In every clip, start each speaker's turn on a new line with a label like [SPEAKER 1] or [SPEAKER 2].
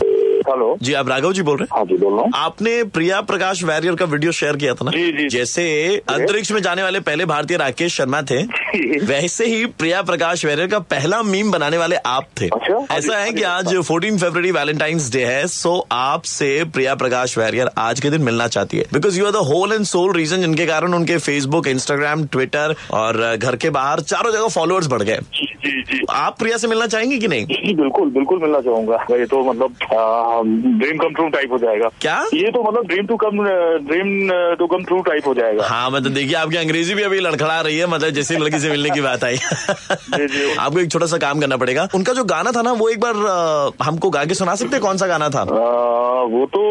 [SPEAKER 1] Hello
[SPEAKER 2] जी आप राघव हाँ जी बोल रहे हैं
[SPEAKER 1] हाँ जी बोल रहा हूँ
[SPEAKER 2] आपने प्रिया प्रकाश वैरियर का वीडियो शेयर किया था ना
[SPEAKER 1] जी, जी।
[SPEAKER 2] जैसे अंतरिक्ष में जाने वाले पहले भारतीय राकेश शर्मा थे
[SPEAKER 1] जी।
[SPEAKER 2] वैसे ही प्रिया प्रकाश वैरियर का पहला मीम बनाने वाले आप थे
[SPEAKER 1] अच्छा?
[SPEAKER 2] ऐसा है कि आज 14 फरवरी वैलेंटाइंस डे है सो आपसे प्रिया प्रकाश वैरियर आज के दिन मिलना चाहती है because you are the whole and sole reason जिनके कारण उनके फेसबुक इंस्टाग्राम ट्विटर और घर के बाहर चारों जगह फॉलोअर्स बढ़ गए
[SPEAKER 1] जी जी जी
[SPEAKER 2] आप प्रिया से मिलना चाहेंगी कि नहीं
[SPEAKER 1] जी बिल्कुल बिल्कुल मिलना चाहूंगा ये तो मतलब ड्रीम कम ट्रू टाइप हो जाएगा
[SPEAKER 2] क्या?
[SPEAKER 1] ये तो मतलब dream to come dream to come true type हो जाएगा
[SPEAKER 2] हाँ मतलब देखिए आपकी अंग्रेजी भी अभी लड़खड़ा रही है मतलब जैसे ही लड़की से मिलने की बात आई
[SPEAKER 1] जी।
[SPEAKER 2] आपको एक छोटा सा काम करना पड़ेगा उनका जो गाना था ना वो एक बार अ, हमको गा के सुना सकते हैं कौन सा गाना था
[SPEAKER 1] आ, वो तो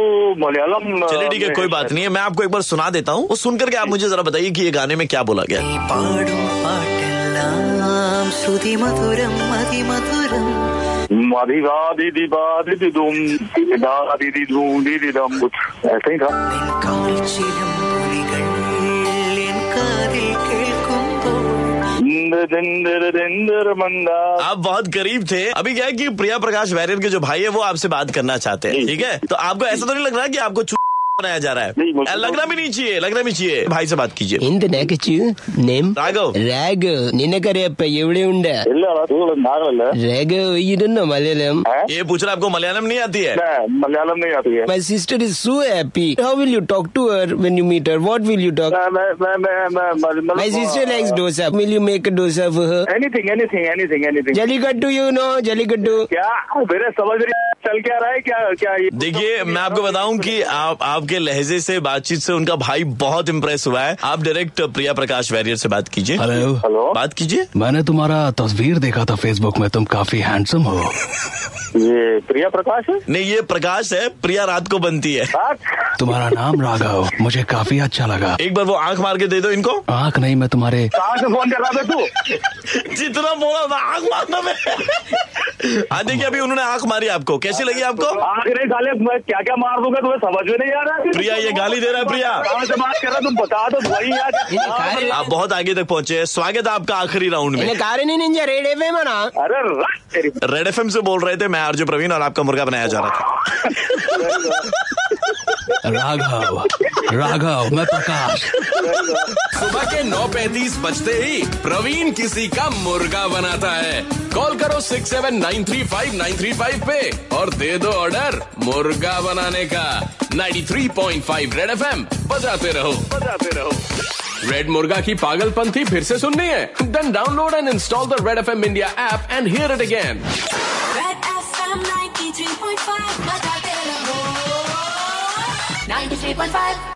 [SPEAKER 1] मलयालम आ,
[SPEAKER 2] चलिए ठीक है
[SPEAKER 1] में
[SPEAKER 2] कोई बात नहीं है मैं आपको एक बार सुना देता हूँ वो सुन करके आप मुझे जरा बताइए कि ये गाने में क्या बोला गया
[SPEAKER 3] പാടും പാട്ടെല്ലാം ശ്രുതിമധുരം അതിമധുരം
[SPEAKER 1] माधिगा दीदी बा दीदी दुम दा दीदी धूम दीदी दम कुछ ऐसा ही था
[SPEAKER 3] നിൻ കാൽച്ചിലും പുലികൾ എൻ കാതിൽ കേൾക്കുമ്പോൾ
[SPEAKER 1] इंद्र दिंदर दिंदर मंदा
[SPEAKER 2] आप बहुत करीब थे अभी क्या है कि प्रिया प्रकाश वैरियर के जो भाई है वो आपसे बात करना चाहते हैं
[SPEAKER 1] जी।
[SPEAKER 2] ठीक है तो आपको ऐसा तो नहीं लग रहा कि आपको चू- बनाया जा रहा
[SPEAKER 1] नहीं, मुझे
[SPEAKER 2] है
[SPEAKER 1] तो-
[SPEAKER 2] लगना भी नहीं चाहिए लगना भी चाहिए भाई से बात कीजिए
[SPEAKER 4] എന്ത് നഗച്ചു നെം
[SPEAKER 2] രാഘവ്.
[SPEAKER 4] രാഘവ് നിനക്കറിയപ്പ എവിടെയുണ്ട്
[SPEAKER 1] ഇല്ല അതുകൊണ്ട് നാഗമല്ല
[SPEAKER 4] രാഘവ് ഇരുന്നോ മലയാളം
[SPEAKER 2] ये पूछ रहा आपको मलयालम नहीं आती है
[SPEAKER 1] मलयालम नहीं आती है
[SPEAKER 4] My sister is so happy. How will you talk to her when you meet her? What will you talk?
[SPEAKER 1] मैं मैं मैं मैं- मैं मतलब-
[SPEAKER 4] My sister likes dosa. Will you make a dosa for her?
[SPEAKER 1] anything anything anything anything
[SPEAKER 4] Jallikattu, you know, Jallikattu.
[SPEAKER 1] क्या मेरे समझ नहीं चल क्या रहा है क्या क्या ये
[SPEAKER 2] देखिए मैं आपको बताऊं कि आप आपके लहजे से बातचीत से उनका भाई बहुत इम्प्रेस हुआ है आप डायरेक्ट प्रिया प्रकाश वैरियर से बात कीजिए
[SPEAKER 5] हेलो
[SPEAKER 1] हेलो
[SPEAKER 2] बात कीजिए
[SPEAKER 5] मैंने तुम्हारा तस्वीर देखा था फेसबुक में तुम काफी हैंडसम हो
[SPEAKER 1] ये प्रिया प्रकाश है
[SPEAKER 2] नहीं ये प्रकाश है प्रिया रात को बनती है
[SPEAKER 1] हाँ?
[SPEAKER 5] तुम्हारा नाम राघव मुझे काफी अच्छा लगा
[SPEAKER 2] एक बार वो आंख मार के दे दो इनको
[SPEAKER 5] आंख नहीं मैं तुम्हारे
[SPEAKER 1] कहाँ से फोन कर रहा था तू
[SPEAKER 2] जितना बोला था आंख मारना मैं हाँ देखिए अभी उन्होंने आंख मारी आपको कैसी लगी आपको
[SPEAKER 1] आखिरी साले मैं क्या क्या मार दूंगा तुम्हें समझ में नहीं आ रहा है?
[SPEAKER 2] प्रिया, ये गाली दे रहा है, प्रिया।
[SPEAKER 1] कहाँ से बात कर रहा है? तुम बता दो भाई यार
[SPEAKER 4] ये खा रहे
[SPEAKER 2] आप बहुत आगे तक पहुंचे हैं। स्वागत है आपका आखिरी राउंड में
[SPEAKER 4] എന്നെ കാരനെ നെഞ്ച റേഡിയോ മാണാ
[SPEAKER 1] अरे रख तेरी
[SPEAKER 2] रेड एफ से बोल रहे थे मैं आरजू प्रवीण और आपका मुर्गा बनाया जा रहा था
[SPEAKER 5] राघव राघव मैं प्रकाश
[SPEAKER 6] सुबह के 9:35 बजते ही प्रवीण किसी का मुर्गा बनाता है कॉल करो 6793593 पे और दे दो ऑर्डर मुर्गा बनाने का 93.5 रेड एफएम बजाते रहो
[SPEAKER 1] जाते रहो
[SPEAKER 6] रेड मुर्गा की पागलपंथी फिर से सुननी है then download and install the red FM India app and hear it again
[SPEAKER 7] Red FM 93.5 बजाते रहो 93.5